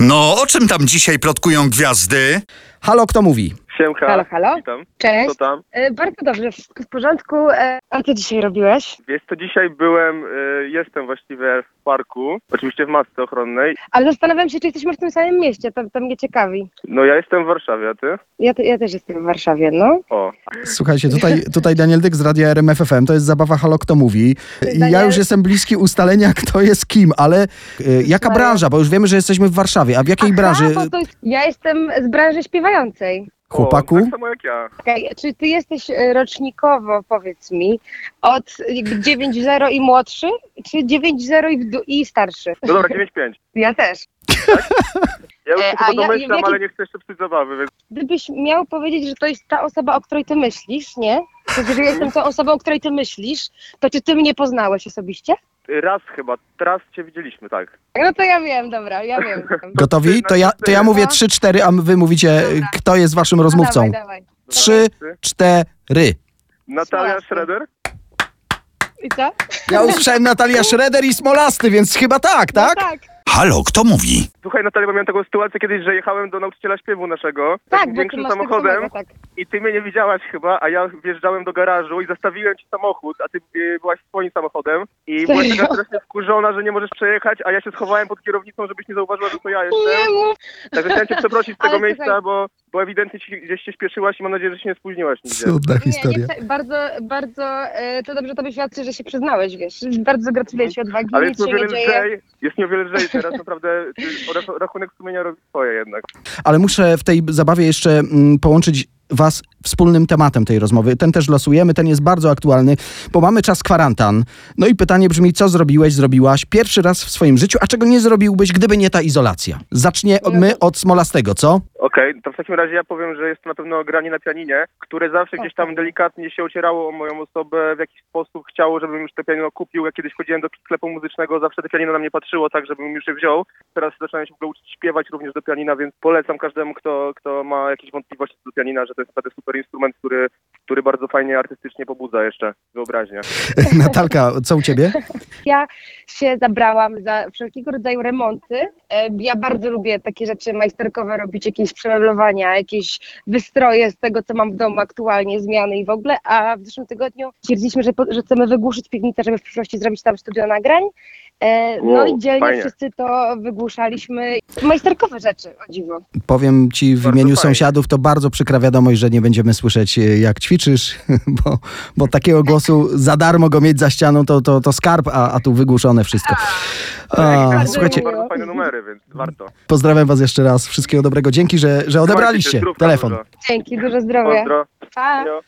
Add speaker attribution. Speaker 1: No, o czym tam dzisiaj plotkują gwiazdy?
Speaker 2: Halo, kto mówi?
Speaker 3: Siemka.
Speaker 4: Halo, halo.
Speaker 3: Witam.
Speaker 4: Cześć.
Speaker 3: Co tam?
Speaker 4: E, bardzo dobrze, wszystko w porządku. E, a co dzisiaj robiłeś?
Speaker 3: Wiesz co, dzisiaj byłem, y, jestem właściwie w parku, oczywiście w masce ochronnej.
Speaker 4: Ale zastanawiam się, czy jesteśmy w tym samym mieście, to, to mnie ciekawi.
Speaker 3: No ja jestem w Warszawie, a ty?
Speaker 4: Ja, te- ja też jestem w Warszawie, no.
Speaker 3: O.
Speaker 2: Słuchajcie, tutaj, tutaj Daniel Dyk z radia RMF FM, to jest zabawa Halo, kto mówi. I Ja
Speaker 4: Daniel-
Speaker 2: już jestem bliski ustalenia, kto jest kim, ale y, jaka
Speaker 4: Maria.
Speaker 2: branża, bo już wiemy, że jesteśmy w Warszawie, a w jakiej branży,
Speaker 4: Aha, bo to jest, ja jestem z branży śpiewającej.
Speaker 2: chłopaku?
Speaker 3: O,
Speaker 4: No,
Speaker 3: tak samo jak ja.
Speaker 4: Okej, czy ty jesteś e, rocznikowo, powiedz mi, od jakby 9.0 i młodszy, czy 9.0 i, w dół- i starszy?
Speaker 3: No dobra, 9-5.
Speaker 4: Ja też.
Speaker 3: Ja już
Speaker 4: E,
Speaker 3: tylko
Speaker 4: a ja-
Speaker 3: domyślam,
Speaker 4: w jaki-
Speaker 3: ale nie chcę jeszcze psuć zabawy, więc
Speaker 4: Gdybyś miał powiedzieć, że to jest ta osoba, o której ty myślisz, nie? To, znaczy, że jestem tą osobą, o której ty myślisz, to czy ty mnie poznałeś osobiście?
Speaker 3: raz chyba, teraz cię widzieliśmy, tak.
Speaker 4: No to ja wiem, dobra, ja wiem.
Speaker 2: Gotowi? To ja, to ja mówię 3-4, a wy mówicie, y, kto jest waszym rozmówcą.
Speaker 4: No Dawaj, dawaj.
Speaker 2: Trzy, cztery.
Speaker 3: Natalia
Speaker 4: Smolasty.
Speaker 3: Schroeder?
Speaker 4: I co? No
Speaker 2: Ja usłyszałem Natalia Schroeder i Smolasty, więc chyba tak, tak?
Speaker 4: No tak,
Speaker 1: Halo, kto mówi?
Speaker 3: Słuchaj Natalia, bo miałem taką sytuację kiedyś, że jechałem do nauczyciela śpiewu naszego
Speaker 4: tak,
Speaker 3: takim
Speaker 4: bo ty
Speaker 3: większym
Speaker 4: masz
Speaker 3: samochodem
Speaker 4: tak, samego, tak.
Speaker 3: i ty mnie nie widziałaś chyba, a ja wjeżdżałem do garażu i zastawiłem ci samochód, a ty y, byłaś swoim samochodem i
Speaker 4: Serio?
Speaker 3: byłaś taka strasznie wkurzona, że nie możesz przejechać, a ja się schowałem pod kierownicą, żebyś nie zauważyła, że to ja
Speaker 4: Nie
Speaker 3: jestem.
Speaker 4: mów,
Speaker 3: Także chciałem cię przeprosić z tego
Speaker 4: Ale słuchaj-
Speaker 3: miejsca, bo, bo ewidentnie ci, gdzieś się śpieszyłaś i mam nadzieję, że się nie spóźniłaś nigdzie.
Speaker 2: Cudna
Speaker 4: nie, nie,
Speaker 2: historia.
Speaker 4: prze- bardzo, bardzo, e, to dobrze tobie świadczy, że się przyznałeś, wiesz, bardzo gratuluję ci odwagi,
Speaker 3: Ale
Speaker 4: nic
Speaker 3: jest
Speaker 4: się
Speaker 3: mi o
Speaker 4: nie
Speaker 3: wiele
Speaker 4: dzieje.
Speaker 3: lżej, jest mi o wiele lżej teraz, naprawdę y, ra- rachunek sumienia robi swoje jednak.
Speaker 2: Ale muszę w tej zabawie jeszcze mm, połączyć was wspólnym tematem tej rozmowy. Ten też losujemy, ten jest bardzo aktualny, bo mamy czas kwarantan. No i pytanie brzmi, co zrobiłeś, zrobiłaś pierwszy raz w swoim życiu, a czego nie zrobiłbyś, gdyby nie ta izolacja? Zaczniemy od Smolastego, co?
Speaker 3: Okej, to w takim razie ja powiem, że jest to na pewno granie na pianinie, które zawsze gdzieś tam delikatnie się ocierało o moją osobę, w jakiś sposób chciało, żebym już to pianino kupił. Ja kiedyś chodziłem do sklepu muzycznego, zawsze to pianino na mnie patrzyło, tak żebym już je wziął. Teraz zacząłem się w ogóle uczyć śpiewać również do pianina, więc polecam każdemu, kto, kto ma jakieś wątpliwości do pianina, że to jest naprawdę super instrument, który, który bardzo fajnie artystycznie pobudza jeszcze wyobraźnię.
Speaker 2: Natalka, co u ciebie?
Speaker 4: Ja się zabrałam za wszelkiego rodzaju remonty. E, Ja bardzo lubię takie rzeczy majsterkowe robić, jakieś przemeblowania, jakieś wystroje z tego, co mam w domu aktualnie, zmiany i w ogóle. A w zeszłym tygodniu stwierdziliśmy, że, po- że chcemy wygłuszyć piwnicę, żeby w przyszłości zrobić tam studio nagrań. E, No
Speaker 3: Wow,
Speaker 4: i dzielnie
Speaker 3: fajnie.
Speaker 4: wszyscy to wygłuszaliśmy. Majsterkowe rzeczy, o dziwo.
Speaker 2: Powiem ci w
Speaker 3: Bardzo
Speaker 2: imieniu
Speaker 3: fajnie.
Speaker 2: sąsiadów, to bardzo przykra wiadomość, że nie będziemy słyszeć, e, jak ćwiczysz, bo, bo takiego głosu za darmo go mieć za ścianą, to, to, to skarb, a, a tu wygłuszone wszystko. A,
Speaker 3: Tak, Mam
Speaker 2: słuchajcie,
Speaker 3: bardzo fajne numery, więc warto.
Speaker 2: pozdrawiam was jeszcze raz. Wszystkiego dobrego. Dzięki, że, że odebraliście
Speaker 3: Zdrówka
Speaker 2: telefon.
Speaker 3: dużo.
Speaker 4: Dzięki, dużo zdrowia.
Speaker 3: Pozdro.
Speaker 4: Pa!
Speaker 3: Jo.